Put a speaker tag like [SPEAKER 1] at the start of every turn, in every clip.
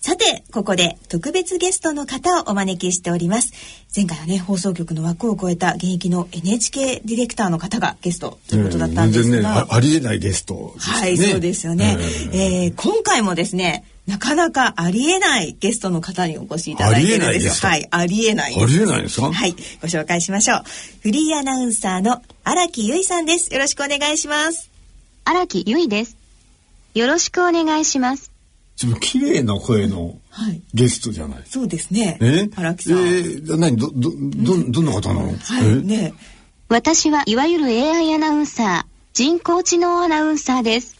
[SPEAKER 1] さて、ここで特別ゲストの方をお招きしております。前回はね、放送局の枠を超えた現役の NHK ディレクターの方がゲストということだったんですが。えー、ね
[SPEAKER 2] あ、ありえないゲスト
[SPEAKER 1] ですね。はい、そうですよね。えー、えー、今回もですね、なかなかありえないゲストの方にお越しいただいてるんですよ。はい、ありえない
[SPEAKER 2] ありえないですか
[SPEAKER 1] はい、ご紹介しましょう。フリーアナウンサーの荒木由衣さんです。よろしくお願いします。
[SPEAKER 3] 荒木由衣です。よろしくお願いします。
[SPEAKER 2] ちょっと綺麗な声のゲストじゃない。はい、
[SPEAKER 1] そうですね。
[SPEAKER 2] え
[SPEAKER 1] 荒木さん。え
[SPEAKER 2] ー、何どどどどんな方なの？
[SPEAKER 1] はいね。
[SPEAKER 3] 私はいわゆる AI アナウンサー、人工知能アナウンサーです。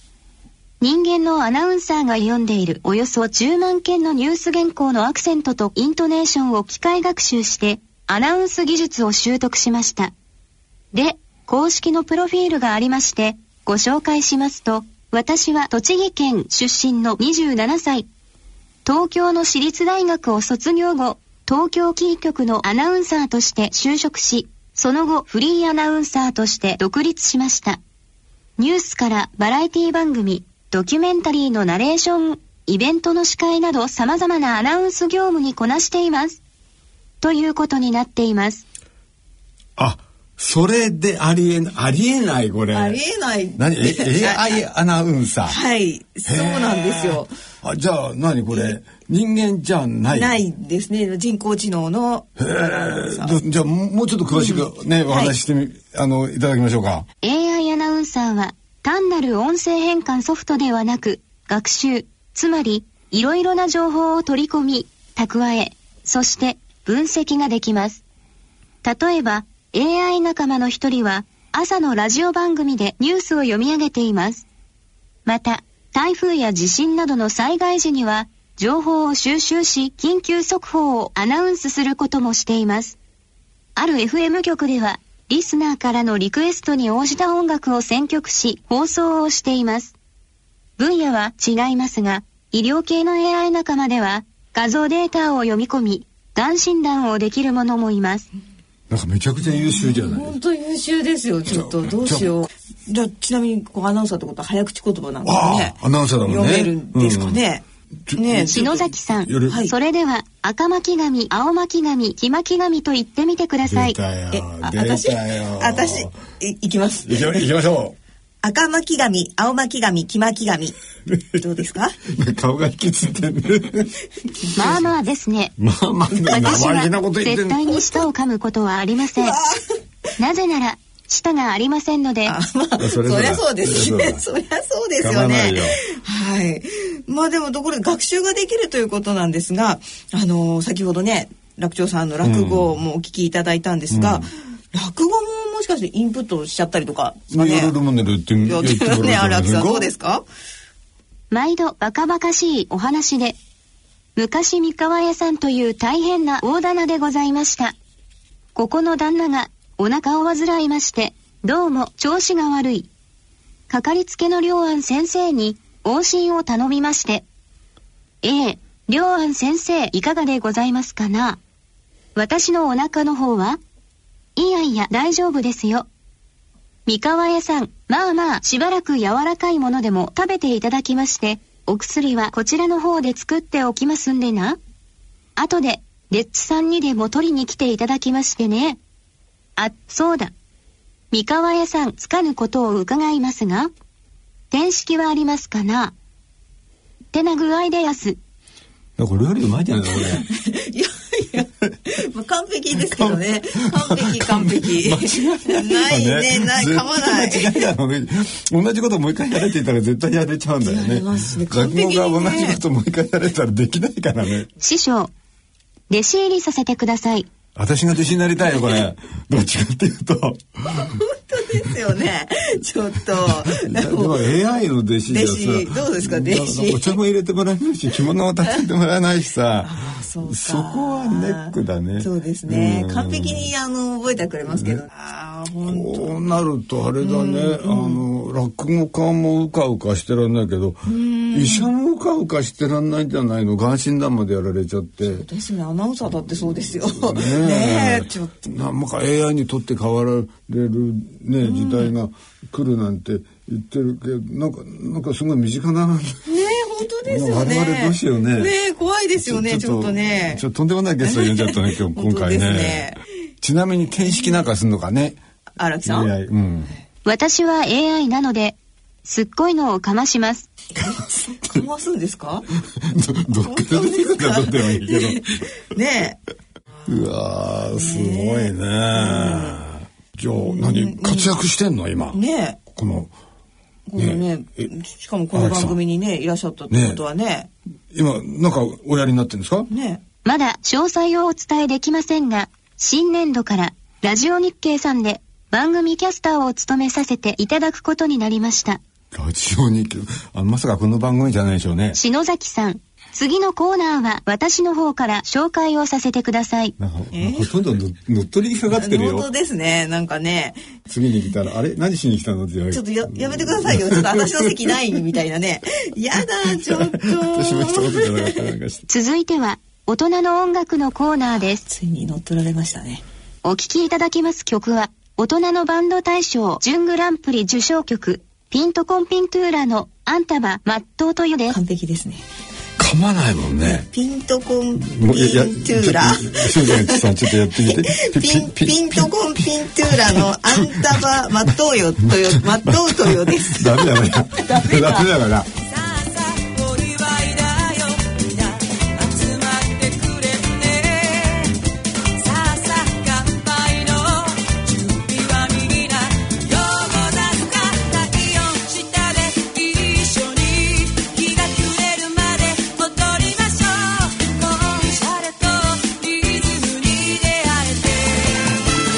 [SPEAKER 3] 人間のアナウンサーが読んでいるおよそ10万件のニュース原稿のアクセントとイントネーションを機械学習してアナウンス技術を習得しました。で、公式のプロフィールがありましてご紹介しますと、私は栃木県出身の27歳。東京の私立大学を卒業後、東京キー局のアナウンサーとして就職し、その後フリーアナウンサーとして独立しました。ニュースからバラエティ番組、ドキュメンタリーのナレーション、イベントの司会など様々なアナウンス業務にこなしています。ということになっています。
[SPEAKER 2] あ、それでありえない、ありえないこれ。
[SPEAKER 1] ありえない。
[SPEAKER 2] 何え ?AI アナウンサー。
[SPEAKER 1] はい、そうなんですよ。
[SPEAKER 2] あじゃあ何これ人間じゃない
[SPEAKER 1] ないですね人工知能の。
[SPEAKER 2] へえ。じゃあもうちょっと詳しくね、うん、お話してみ、はい、あのいただきましょうか。
[SPEAKER 3] AI アナウンサーは単なる音声変換ソフトではなく学習、つまりいろいろな情報を取り込み、蓄え、そして分析ができます。例えば、AI 仲間の一人は朝のラジオ番組でニュースを読み上げています。また、台風や地震などの災害時には情報を収集し緊急速報をアナウンスすることもしています。ある FM 局ではリスナーからのリクエストに応じた音楽を選曲し放送をしています。分野は違いますが、医療系の AI 仲間では画像データを読み込み、がん診断をできるものもいます。
[SPEAKER 2] なんかめちゃくちゃ優秀じゃない
[SPEAKER 1] 本当優秀ですよ。ちょっとどうしよう。じゃちなみにこうアナウンサーってことは早口言葉なんですね。
[SPEAKER 2] アナウンサーだもん
[SPEAKER 1] 読
[SPEAKER 2] ね。
[SPEAKER 1] めるんですかね。
[SPEAKER 3] うん、ね篠崎さん、はい、それでは赤巻紙、青巻紙、黄巻紙と言ってみてください。
[SPEAKER 2] 出た私、
[SPEAKER 1] 私い、いきます。
[SPEAKER 2] 行きましょう。
[SPEAKER 1] 赤巻紙、青巻紙、黄巻 紙。どうですか
[SPEAKER 2] 顔が引きつってる、ね。
[SPEAKER 3] まあまあですね。
[SPEAKER 2] まあまあ、
[SPEAKER 3] 私は絶対に舌を噛むことはありません。なぜなら、舌がありませんので。
[SPEAKER 1] あまあ、そりゃそうですね。そりゃそうですよね。
[SPEAKER 2] よ
[SPEAKER 1] はい。まあでも、どこで学習ができるということなんですが、あのー、先ほどね、楽長さんの落語もお聞きいただいたんですが、うんうん落語ももしかしてインプットしちゃったりとかですかね。
[SPEAKER 2] やるもんねるって言ってもら
[SPEAKER 1] ね、荒木さんどうですか
[SPEAKER 3] 毎度バカバカしいお話で、昔三河屋さんという大変な大棚でございました。ここの旦那がお腹を患いまして、どうも調子が悪い。かかりつけの良安先生に往診を頼みまして、ええ、良安先生いかがでございますかな私のお腹の方はいやいや、大丈夫ですよ。三河屋さん、まあまあ、しばらく柔らかいものでも食べていただきまして、お薬はこちらの方で作っておきますんでな。後で、レッツさんにでも取りに来ていただきましてね。あ、そうだ。三河屋さん、つかぬことを伺いますが、転式はありますかなてな具合でやす。
[SPEAKER 2] なんか料理うまいじゃないこれ。
[SPEAKER 1] いやいや、まあ、完璧ですけどね。完璧完 璧。
[SPEAKER 2] 間違い
[SPEAKER 1] ないね。ないね、ない、噛まない。
[SPEAKER 2] 間違いだろうね。同じこともう一回やれていたら絶対やれちゃうんだよね。
[SPEAKER 1] ね
[SPEAKER 2] 落語が同じこともう一回やれたらできないからね。
[SPEAKER 3] 師匠、弟子入りさせてください。
[SPEAKER 2] 私が弟子になりたいよ、これ。どっちかっていうと。
[SPEAKER 1] 本当ですよね。ちょっと。
[SPEAKER 2] でも AI の弟子じゃさ。
[SPEAKER 1] 弟子、どうですか、弟子。
[SPEAKER 2] お茶も入れてもらえないし、着物を立ててもらえないし さ。そ,そこはネックだね。
[SPEAKER 1] そうですね。うん、完璧に、あの、覚えてくれますけど。ね、あ
[SPEAKER 2] あ、こうなるとあれだね。うん、あの、落語家もうかうかしてらんないけど、医者もうかうかしてらんないんじゃないの。眼診断までやられちゃって。そう
[SPEAKER 1] ですね。アナウンサーだってそうですよ。
[SPEAKER 2] ね ねえちょっとなんか AI にとって変わられるね時代が来るなんて言ってるけどなんかなんかすごい身近な
[SPEAKER 1] ねえ本当ですよね。
[SPEAKER 2] 我々どうしようね
[SPEAKER 1] ねえ怖いですよね、ちょっとね。
[SPEAKER 2] ちょっととんでもないゲスト呼んじゃったね、今日、今
[SPEAKER 1] 本当で
[SPEAKER 2] 回
[SPEAKER 1] す
[SPEAKER 2] ね
[SPEAKER 1] ね
[SPEAKER 2] ちなみに、転式なんかすんのかね。
[SPEAKER 1] 荒木
[SPEAKER 2] い
[SPEAKER 1] さん。
[SPEAKER 2] やうん。
[SPEAKER 3] 私は AI なので、すっごいのをかまします。
[SPEAKER 1] かますんですか
[SPEAKER 2] ど、どっから出てくるかどうでもいいけ
[SPEAKER 1] ねえ。
[SPEAKER 2] ど。うわー、すごいね。じゃあ、何、活躍してんの、今。
[SPEAKER 1] ねえ。
[SPEAKER 2] この、
[SPEAKER 1] このね
[SPEAKER 2] え
[SPEAKER 1] しかもこの番組にね、いらっしゃったってことはね。
[SPEAKER 2] 今、なんか、おやりになってるんですか
[SPEAKER 1] ね
[SPEAKER 3] まだ詳細をお伝えできませんが、新年度からラジオ日経さんで番組キャスターを務めさせていただくことになりました。
[SPEAKER 2] ラジオ日記。あ、まさかこの番組じゃないでしょうね。
[SPEAKER 3] 篠崎さん、次のコーナーは私の方から紹介をさせてください。
[SPEAKER 2] なんか、
[SPEAKER 1] え
[SPEAKER 2] ほとんどの乗っ取りにかかっ
[SPEAKER 1] え。
[SPEAKER 2] てる
[SPEAKER 1] 本
[SPEAKER 2] よ
[SPEAKER 1] 当。ですね。なんかね、
[SPEAKER 2] 次に来たら、あれ何しに来たのって言われ
[SPEAKER 1] ちょっ
[SPEAKER 2] る
[SPEAKER 1] とややめてくださいよ。ちょっと私の席ないみたいなね。やだ、ちょっと。
[SPEAKER 2] 私も一言じゃなかった。なん かして
[SPEAKER 3] 続いては、大人の音楽のコーナーです。
[SPEAKER 1] ついに乗っ取られましたね。
[SPEAKER 3] お聴きいただきます曲は、大人のバンド大賞準グランプリ受賞曲、ピントコンピントゥーラのあんたはまっとうとゆです。
[SPEAKER 1] 完璧ですね。
[SPEAKER 2] 噛まないもんね。
[SPEAKER 1] ピントコンピン
[SPEAKER 2] も
[SPEAKER 1] ト
[SPEAKER 2] ういやいや
[SPEAKER 1] ゥーラ。
[SPEAKER 2] ちょっと篠崎さん、ちょっとやって みて。
[SPEAKER 1] ピンピントコンピントゥーラのあんたはまっとうよとよ、まっとうとよです。
[SPEAKER 2] ダメだね。ダメだから。
[SPEAKER 4] さあさあお祝いだよみんな集まってくれんねさあさあ乾杯の準備はみんなどこだか太陽下で一緒に日が暮れるまで戻りましょうコンシャルとリズムに出会えて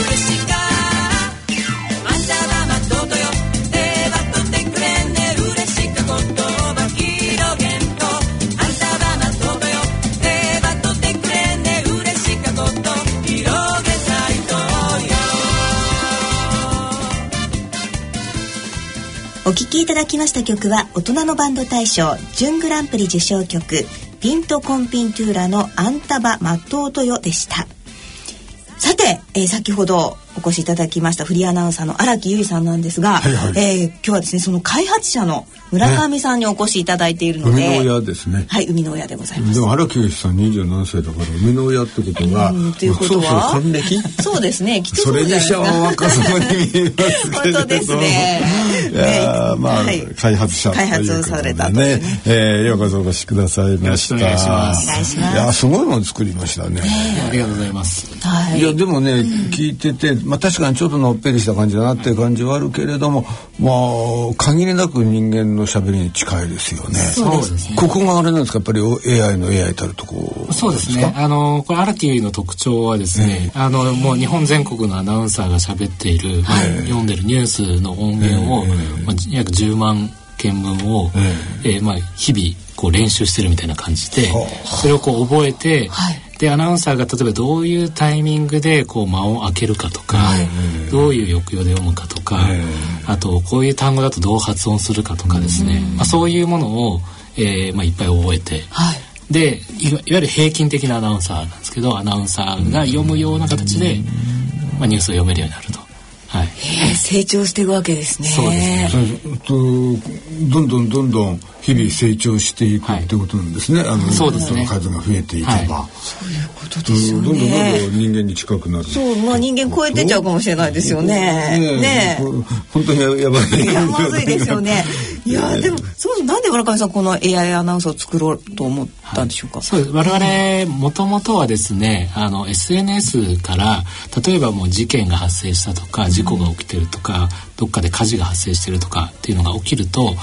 [SPEAKER 4] 嬉しかった「あんたはまっとうとよ」「手は取ってくれね嬉しか言葉広げんと」「あんたはまっとうとよ」「手は取ってくれね嬉しかこと広げないとよ」
[SPEAKER 5] お聴きいただきました曲は大人のバンド大賞準グランプリ受賞曲「ピントコンピントゥーラのあんたばまっとうとよ」でしたさて、えー先ほどお越しいただきましたフリーアナウンサーの荒木由衣さんなんですが、
[SPEAKER 2] はいはい
[SPEAKER 5] えー今日はですねその開発者の村上さんにお越しいただいているの
[SPEAKER 2] 生
[SPEAKER 5] で、
[SPEAKER 2] みの親ですね。
[SPEAKER 5] はい海の親でございます
[SPEAKER 2] でも荒木由紀さん27歳だから生みの親ってことが、
[SPEAKER 5] うんということ
[SPEAKER 2] そうそう
[SPEAKER 5] は
[SPEAKER 2] 還暦
[SPEAKER 5] そうですねきつ
[SPEAKER 2] そ
[SPEAKER 5] そう
[SPEAKER 2] れ
[SPEAKER 5] じゃ
[SPEAKER 2] に
[SPEAKER 5] ないで
[SPEAKER 2] して
[SPEAKER 5] すか
[SPEAKER 2] は若そうに見えますけれど
[SPEAKER 5] 本当ですね
[SPEAKER 2] いやー
[SPEAKER 5] ね
[SPEAKER 2] まあ、
[SPEAKER 5] はい
[SPEAKER 2] 開発者ということで
[SPEAKER 5] 開発をされたと
[SPEAKER 2] ね
[SPEAKER 5] いうね
[SPEAKER 2] えーようこそお越しくださいました
[SPEAKER 6] よろしくお願いします
[SPEAKER 5] お願いします
[SPEAKER 2] やーすごいもの作りましたね
[SPEAKER 6] ありがとうございます。
[SPEAKER 5] はい
[SPEAKER 2] いやでもね、聞いてて、まあ、確かにちょっとのっぺりした感じだなっていう感じはあるけれども、まあ、限りなく人間のしゃべりに近いですよね。
[SPEAKER 6] そうですね
[SPEAKER 2] ここがあれなんですかやっぱり AI の AI たるとこ
[SPEAKER 6] そうですね。あの、これ、荒木由衣の特徴はですね、あの、もう日本全国のアナウンサーが喋っている、まあ読んでるニュースの音源を、まあ、約10万件分を、えーまあ、日々、こう練習してるみたいな感じで、それをこう覚えて、で、アナウンサーが例えばどういうタイミングで、こう、間を開けるかとか、どういう抑揚で読むかとか、あと、こういう単語だとどう発音するかとかですね、まあ、そういうものを、えーまあ、いっぱい覚えて、でいわいわゆる平均的なアナウンサーなんですけどアナウンサーが読むような形で、まあ、ニュースを読めるようになると。はい、
[SPEAKER 5] 成長していくわけですね
[SPEAKER 6] そうですね
[SPEAKER 2] そうですとどんどんどんどん日々成長していくってことなんですね、あの
[SPEAKER 6] そうですね
[SPEAKER 2] 人の数が増えていけば、
[SPEAKER 6] は
[SPEAKER 5] こと
[SPEAKER 2] う
[SPEAKER 5] で
[SPEAKER 2] ん
[SPEAKER 5] すよ
[SPEAKER 2] どんどんどんど
[SPEAKER 5] ね
[SPEAKER 2] ん人間に近くなる
[SPEAKER 1] そう、まあ人間超えてっちゃうかもしれないですよね。ね
[SPEAKER 2] これ本当にややばい
[SPEAKER 1] え。いや、まずいですよね。いや、でも、そもそもなんで村上さんこの AI アナウンサーを作ろうと思ったんでしょうか。
[SPEAKER 6] そうです我々もともとはですねあの SNS から例えばもう事件が発生したとか事故が起きてるとか、どっかで火事が発生してるとかっていうのが起きると、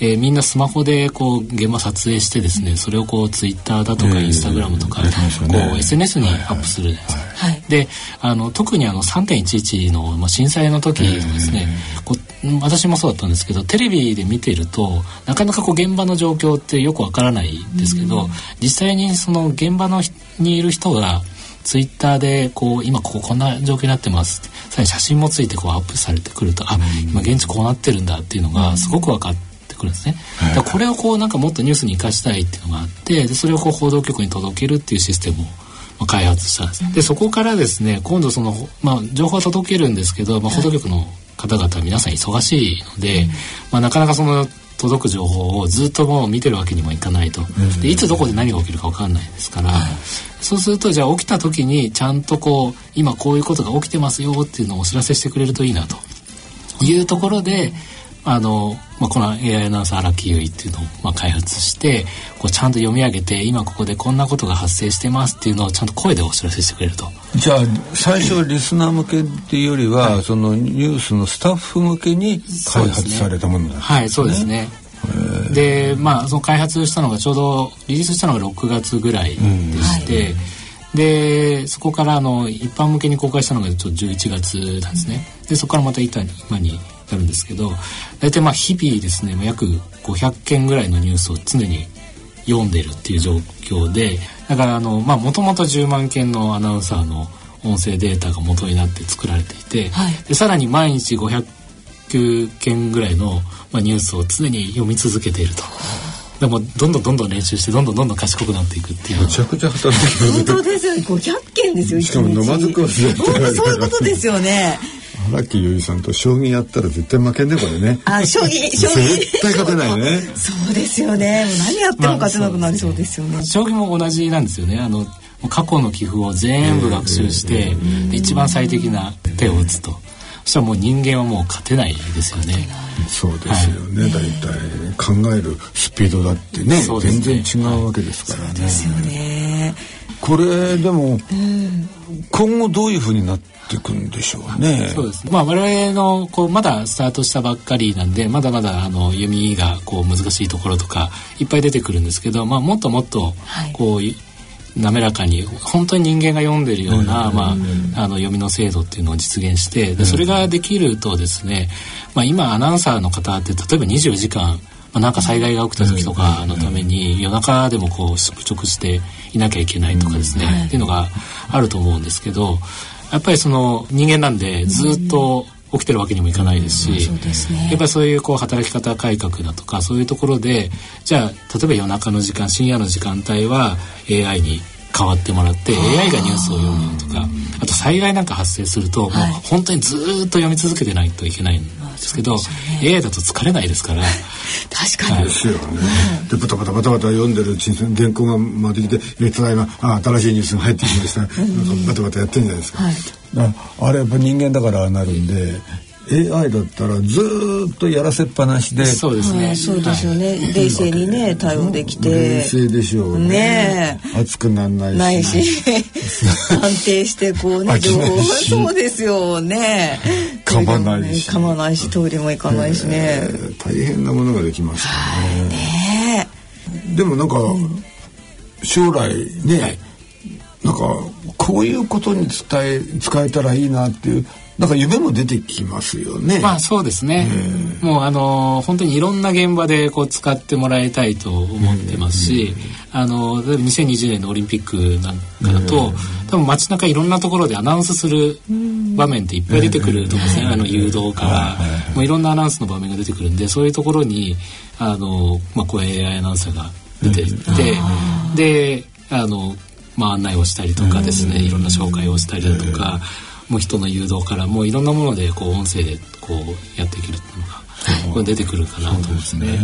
[SPEAKER 6] えーみんなスマホでこう現場撮影してですねそれをこうツイッターだとかインスタグラムとか、
[SPEAKER 2] やってますよね
[SPEAKER 6] こう SNS にアップするじゃないですか。であの特にあの3.11のまあ震災の時ですね、こう私もそうだったんですけどテレビで見ているとなかなかこう現場の状況ってよくわからないんですけど、実際にその現場のひにいる人がツイッターでこう今こここんな状況になってますってさらに写真もついてこうアップされてくると、あ今現地こうなってるんだっていうのがすごく分かって。ってくるんですね。だからこれをこうなんかもっとニュースに生かしたいっていうのがあって、でそれをこう報道局に届けるっていうシステムをまあ開発したんです。でそこからですね、今度そのまあ情報は届けるんですけど、まあ報道局の方々は皆さん忙しいので、まあなかなかその届く情報をずっともう見てるわけにもいかないと、でいつどこで何が起きるか分かんないですから、そうするとじゃあ起きた時にちゃんとこう今こういうことが起きてますよっていうのをお知らせしてくれるといいなというところであの、まあ、この AI アナウンサー荒木優衣っていうのをまあ開発してこうちゃんと読み上げて今ここでこんなことが発生してますっていうのをちゃんと声でお知らせしてくれると。
[SPEAKER 2] じゃあ最初はリスナー向けっていうよりは、そのニュースのスタッフ向けに開発されたものだ、
[SPEAKER 6] はい、そうですね。で、まあ、その開発したのがちょうどリリースしたのが6月ぐらいでして、でそこからあの一般向けに公開したのがちょっと11月なんですね。でそこからまた今に今になるんですけど大体まあ日々ですねまあ約500件ぐらいのニュースを常に読んでるっていう状況でだからあのまあもともと10万件のアナウンサーの音声データが元になって作られていて、でさらに毎日500 9件ぐらいの、まあ、ニュースを常に読み続けていると。でもどんどんどんどん練習してどんどんどんどん賢くなっていくっていう
[SPEAKER 2] めちゃくちゃ働き者
[SPEAKER 1] 本当ですよ500件ですよ
[SPEAKER 2] しかも
[SPEAKER 1] 一日
[SPEAKER 2] 飲まず食わずやってる
[SPEAKER 1] 本当そういうことですよね
[SPEAKER 2] 荒木由衣さんと将棋やったら絶対負けんねこれね
[SPEAKER 1] あ 将棋将棋
[SPEAKER 2] 絶対勝てないね
[SPEAKER 1] そうですよねもう何やっても勝てなくなりそうですよね、
[SPEAKER 6] 将棋も同じなんですよねあの過去の棋譜を全部学習して、で一番最適な手を打つとそしたらもう人間はもう勝てないですよね
[SPEAKER 2] そうですよね、大体考えるスピードだってね
[SPEAKER 6] そうです
[SPEAKER 2] 全
[SPEAKER 6] ね
[SPEAKER 2] 然違うわけですからね
[SPEAKER 1] ですよね
[SPEAKER 2] これでも、今後どういうふうになっていくんでしょうね
[SPEAKER 6] そうですね。まあ我々のこうまだスタートしたばっかりなんで、まだまだあの読みがこう難しいところとかいっぱい出てくるんですけど、まあもっともっとこう、い滑らかに本当に人間が読んでるような、まあ、あの読みの精度っていうのを実現してでそれができるとですね、まあ、今アナウンサーの方って例えば24時間、まあ、なんか災害が起きた時とかのために夜中でもこう宿直していなきゃいけないとかですね、っていうのがあると思うんですけどやっぱりその人間なんでずっと起きてるわけにもいかないですし、やっぱりそういうこう働き方改革だとかそういうところでじゃあ例えば夜中の時間深夜の時間帯は AI に変わってもらって AI がニュースを読むとかあと災害なんか発生すると、もう本当にずーっと読み続けてないといけないんですけど AI だと疲れないですから。
[SPEAKER 1] 確かに
[SPEAKER 2] ですよね。でバタバタバタバタ読んでるうちに原稿が回ってきて「えただいまあ新しいニュースが入ってきました」なんかバタバタやってんじゃないですか。ああれやっぱ人間だからああなるんで AI だったらずーっとやらせっぱなしで
[SPEAKER 6] そうですね、
[SPEAKER 1] はいそうですよね、冷静にね対応できて
[SPEAKER 2] 冷静でしょう
[SPEAKER 1] ね
[SPEAKER 2] 熱くなんないし。
[SPEAKER 1] ないし安定してこう
[SPEAKER 2] 飽
[SPEAKER 1] ね
[SPEAKER 2] き
[SPEAKER 1] 情
[SPEAKER 2] ない
[SPEAKER 1] 報
[SPEAKER 2] し
[SPEAKER 1] そうですよね
[SPEAKER 2] 噛まないし
[SPEAKER 1] 噛まないしトイレも行かないしね、
[SPEAKER 2] えー大変なものができますよね。
[SPEAKER 1] ね
[SPEAKER 2] でもなんか将来ね、なんかこういうことに伝え使えたらいいなっていうなんか夢も出てきますよね。
[SPEAKER 6] まあそうですね。もうあの本当にいろんな現場でこう使ってもらいたいと思ってますし、あの例えば2020年のオリンピックなんかだと、多分街中いろんなところでアナウンスする場面っていっぱい出てくると思うんですね。あの誘導から、もういろんなアナウンスの場面が出てくるんで、そういうところにあのまあこう AI アナウンサーが出ていて、であのまあ案内をしたりとかですね、いろんな紹介をしたりだとか。もう人の誘導からもういろんなものでこう音声でこうやっていけるっていうのが、これ出てくるかなと思いますね。
[SPEAKER 2] ね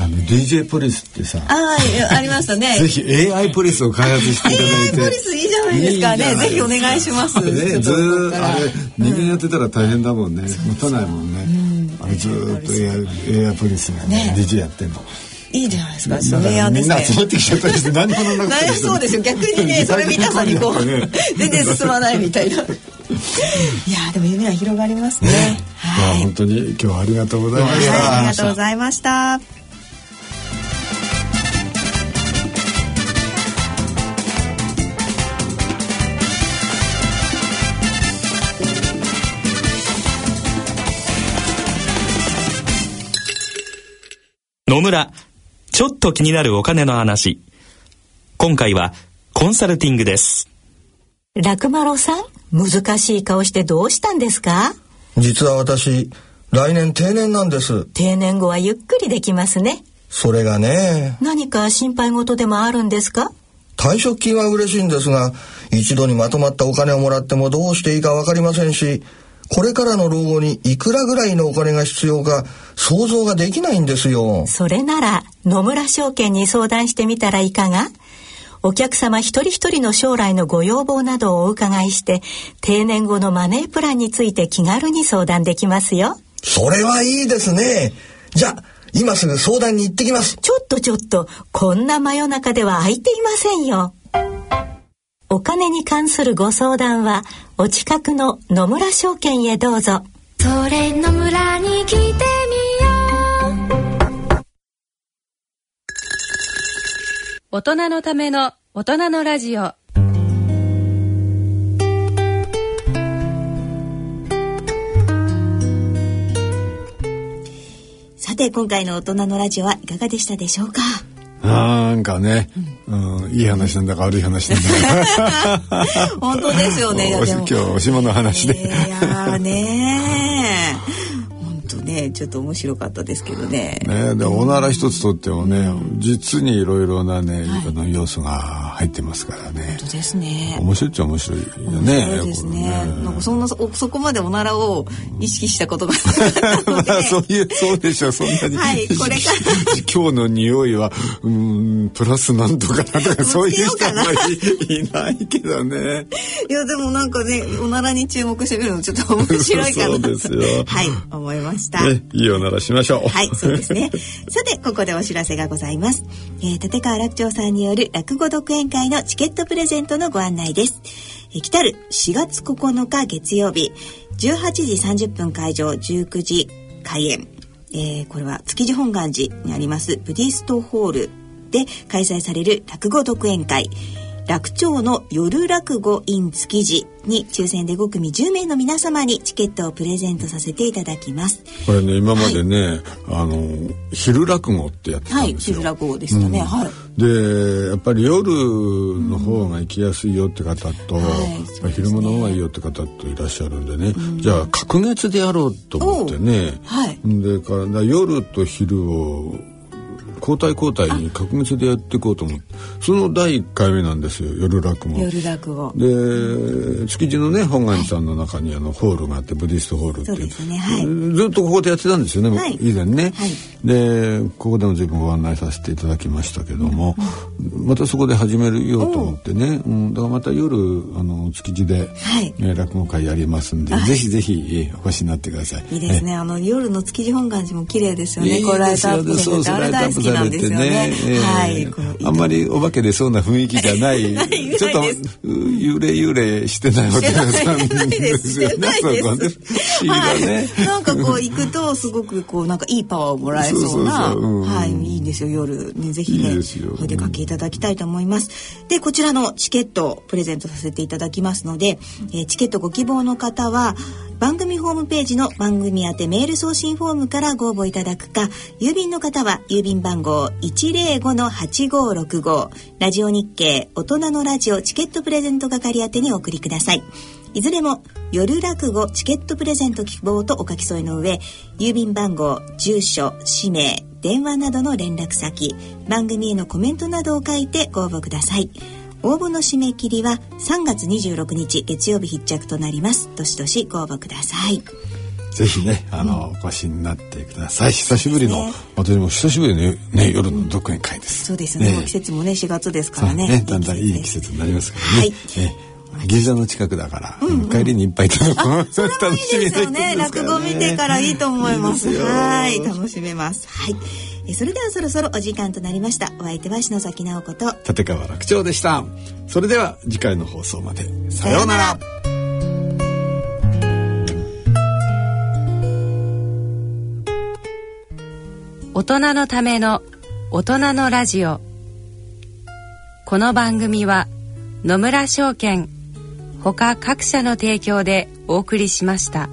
[SPEAKER 2] あの DJ ポリスってさ、
[SPEAKER 1] ああありましたね
[SPEAKER 2] ぜひ AI ポリスを開発していただいて。
[SPEAKER 1] ポリスいいじゃないですか
[SPEAKER 2] いいじゃ
[SPEAKER 1] ね
[SPEAKER 2] ない
[SPEAKER 1] ぜひお願いします
[SPEAKER 2] ね、ず
[SPEAKER 1] ちょっとここ
[SPEAKER 2] ーっ
[SPEAKER 1] か
[SPEAKER 2] と
[SPEAKER 1] ら
[SPEAKER 2] あれ人間やってたら大変だもんね持たないもんねあれずーっと AI, AI ポリスがね
[SPEAKER 1] ね
[SPEAKER 2] DJ やってんの
[SPEAKER 1] いいじゃないですか
[SPEAKER 2] な
[SPEAKER 1] そ
[SPEAKER 2] ん
[SPEAKER 1] れや
[SPEAKER 2] か
[SPEAKER 1] で
[SPEAKER 2] みん
[SPEAKER 1] す
[SPEAKER 2] な
[SPEAKER 1] ね
[SPEAKER 2] 集まってきちゃったりして何もなくな
[SPEAKER 1] 悩みそうですよ逆に ねそれ見たさにこう全然進まないみたいないやーでも夢は広がりますね
[SPEAKER 2] いや
[SPEAKER 1] はい
[SPEAKER 2] 本当に今日はありがとうございまし
[SPEAKER 1] はいありが
[SPEAKER 2] た
[SPEAKER 1] とうございました
[SPEAKER 7] 野村、ちょっと気になるお金の話。今回はコンサルティングです。
[SPEAKER 8] 楽丸さん、難しい顔してどうしたんですか
[SPEAKER 9] 実は私、来年定年なんです。
[SPEAKER 8] 定年後はゆっくりできますね。
[SPEAKER 9] それがね、
[SPEAKER 8] 何か心配事でもあるんですか
[SPEAKER 9] 退職金は嬉しいんですが、一度にまとまったお金をもらってもどうしていいかわかりませんし、これからの老後にいくらぐらいのお金が必要か想像ができないんですよ。
[SPEAKER 8] それなら野村証券に相談してみたらいかがお客様一人一人の将来のご要望などをお伺いして定年後のマネープランについて気軽に相談できますよ
[SPEAKER 9] それはいいですね。じゃあ、今すぐ相談に行ってきます。
[SPEAKER 8] ちょっとちょっとこんな真夜中では空いていませんよお金に関するご相談はお近くの野村証券へどうぞ
[SPEAKER 10] それの村に来てみよう大人のための大人のラジオ
[SPEAKER 5] さて今回の大人のラジオはいかがでしたでしょうか
[SPEAKER 2] なんかね、うん、いい話なんだか悪い話なん だか。
[SPEAKER 5] 本当ですよ ねいや
[SPEAKER 2] おし
[SPEAKER 5] でも
[SPEAKER 2] 今日おしまの話
[SPEAKER 5] い
[SPEAKER 2] で。
[SPEAKER 5] やーねー本当ねちょっと面白かったですけどね
[SPEAKER 2] ね、でおなら一つとってもね、実にいろいろなね、あの要素が入ってますからね。
[SPEAKER 5] 本当ですね
[SPEAKER 2] 面白いっちゃ面白いよね。
[SPEAKER 5] そうですね
[SPEAKER 2] これね
[SPEAKER 5] なんかそんなそそこまでおならを意識したことがなかったの で
[SPEAKER 2] そういうそうでしょそんなに、
[SPEAKER 5] はいこれか
[SPEAKER 2] 今日の匂いはうーんプラスなんとかなん とかそういう人あんまりいないけどね
[SPEAKER 5] いやでもなんかねおならに注目してみるのちょっと面白いか
[SPEAKER 2] そ
[SPEAKER 5] な
[SPEAKER 2] うですよ
[SPEAKER 5] はい思いました、
[SPEAKER 2] ねいいおならしましょう
[SPEAKER 5] はい、そうですね。さて、ここでお知らせがございます。えー、立川楽長さんによる落語独演会のチケットプレゼントのご案内です。えー、来たる4月9日月曜日、18時30分会場、19時開演。えーこれは築地本願寺にありますブディストホールで開催される落語独演会。楽長の夜落語 in 築地に抽選で5組10名の皆様にチケットをプレゼントさせていただきます。
[SPEAKER 2] これね今までね、あの昼落語ってやってた
[SPEAKER 5] は
[SPEAKER 2] ん
[SPEAKER 5] い、
[SPEAKER 2] です
[SPEAKER 5] シ
[SPEAKER 2] よ、
[SPEAKER 5] ルラ号でしたね。はい。
[SPEAKER 2] でやっぱり夜の方が行きやすいよって方と、
[SPEAKER 5] んはい
[SPEAKER 2] やっぱり昼間の方がいいよって方といらっしゃるんでね、じゃあ隔月でやろうと思ってね、
[SPEAKER 5] おはい
[SPEAKER 2] でからだから夜と昼を交代交代に隔月でやっていこうと思ってその第1回目なんですよ夜落語。
[SPEAKER 5] 夜落語。
[SPEAKER 2] で築地のね本願寺さんの中にあのホールがあってブディストホールってい
[SPEAKER 5] そう
[SPEAKER 2] う
[SPEAKER 5] ですねはい
[SPEAKER 2] ずっとここでやってたんですよね、
[SPEAKER 5] はい
[SPEAKER 2] 以前ね、
[SPEAKER 5] はい
[SPEAKER 2] でここでも随分ご案内させていただきましたけども、またそこで始めるようと思ってね、うん、だからまた夜あの築地で、
[SPEAKER 5] はい
[SPEAKER 2] えー落語会やりますんで、ぜひぜひえーお越しになってください。
[SPEAKER 5] いいですね。あの夜の築地本願寺も綺麗ですよね。
[SPEAKER 2] いい
[SPEAKER 5] こうラ
[SPEAKER 2] で
[SPEAKER 5] イ
[SPEAKER 2] す
[SPEAKER 5] トア
[SPEAKER 2] よ
[SPEAKER 5] ップ
[SPEAKER 2] ね
[SPEAKER 5] さ
[SPEAKER 2] そう
[SPEAKER 5] れて、
[SPEAKER 2] そう
[SPEAKER 5] あ
[SPEAKER 2] ラ
[SPEAKER 5] れ
[SPEAKER 2] イトア
[SPEAKER 5] 大
[SPEAKER 2] ッ
[SPEAKER 5] 好
[SPEAKER 2] プ
[SPEAKER 5] き
[SPEAKER 2] さ
[SPEAKER 5] な
[SPEAKER 2] れ
[SPEAKER 5] んで
[SPEAKER 2] て
[SPEAKER 5] すよ
[SPEAKER 2] ねえ
[SPEAKER 5] ね。
[SPEAKER 2] え
[SPEAKER 5] はい。この
[SPEAKER 2] あんまりお化け出そうな雰囲気じゃない
[SPEAKER 5] ない
[SPEAKER 2] ちょっと
[SPEAKER 5] ないです
[SPEAKER 2] う幽霊幽霊してないお寺さん
[SPEAKER 5] ないで
[SPEAKER 2] ですす
[SPEAKER 5] ね
[SPEAKER 2] よね。そこね不思議だね。
[SPEAKER 5] はい、 なんかこう行くとすごくこうなんかいいパワーをもらえそうな
[SPEAKER 2] そうそうそううん
[SPEAKER 5] はいいいんですよ夜ねぜひね
[SPEAKER 2] いいですよ
[SPEAKER 5] お出かけいただきたいと思いますでこちらのチケットをプレゼントさせていただきますので、えーチケットご希望の方は番組ホームページの番組宛てメール送信フォームからご応募いただくか郵便の方は郵便番号105-8565ラジオ日経大人のラジオチケットプレゼント係宛てにお送りくださいいずれも夜落語チケットプレゼント希望とお書き添えの上郵便番号住所氏名電話などの連絡先番組へのコメントなどを書いてご応募ください応募の締め切りは3月26日月曜日必着となりますどしどしご応募ください
[SPEAKER 2] ぜひね、あの、お越しになってください。久しぶりの、私も久しぶりのねね、夜の独演会です。
[SPEAKER 5] そうですねもう
[SPEAKER 2] え
[SPEAKER 5] 季節もね4月ですか
[SPEAKER 2] そう
[SPEAKER 5] らね
[SPEAKER 2] ね、だんだんいい季
[SPEAKER 5] です
[SPEAKER 2] 節になりますからね。
[SPEAKER 5] はい
[SPEAKER 2] ええ銀座の近くだから、帰りにいっぱい食べ楽しみ
[SPEAKER 5] いいですよね
[SPEAKER 2] になって
[SPEAKER 5] 落
[SPEAKER 2] き
[SPEAKER 5] 語見てからいいと思います
[SPEAKER 2] いいですよ
[SPEAKER 5] はい楽しめますはいえそれではそろそろお時間となりましたお相手は篠崎直子と
[SPEAKER 2] 立川楽長でした。それでは次回の放送まで。さようなら。
[SPEAKER 10] 大人のための大人のラジオこの番組は野村証券ほか各社の提供でお送りしました。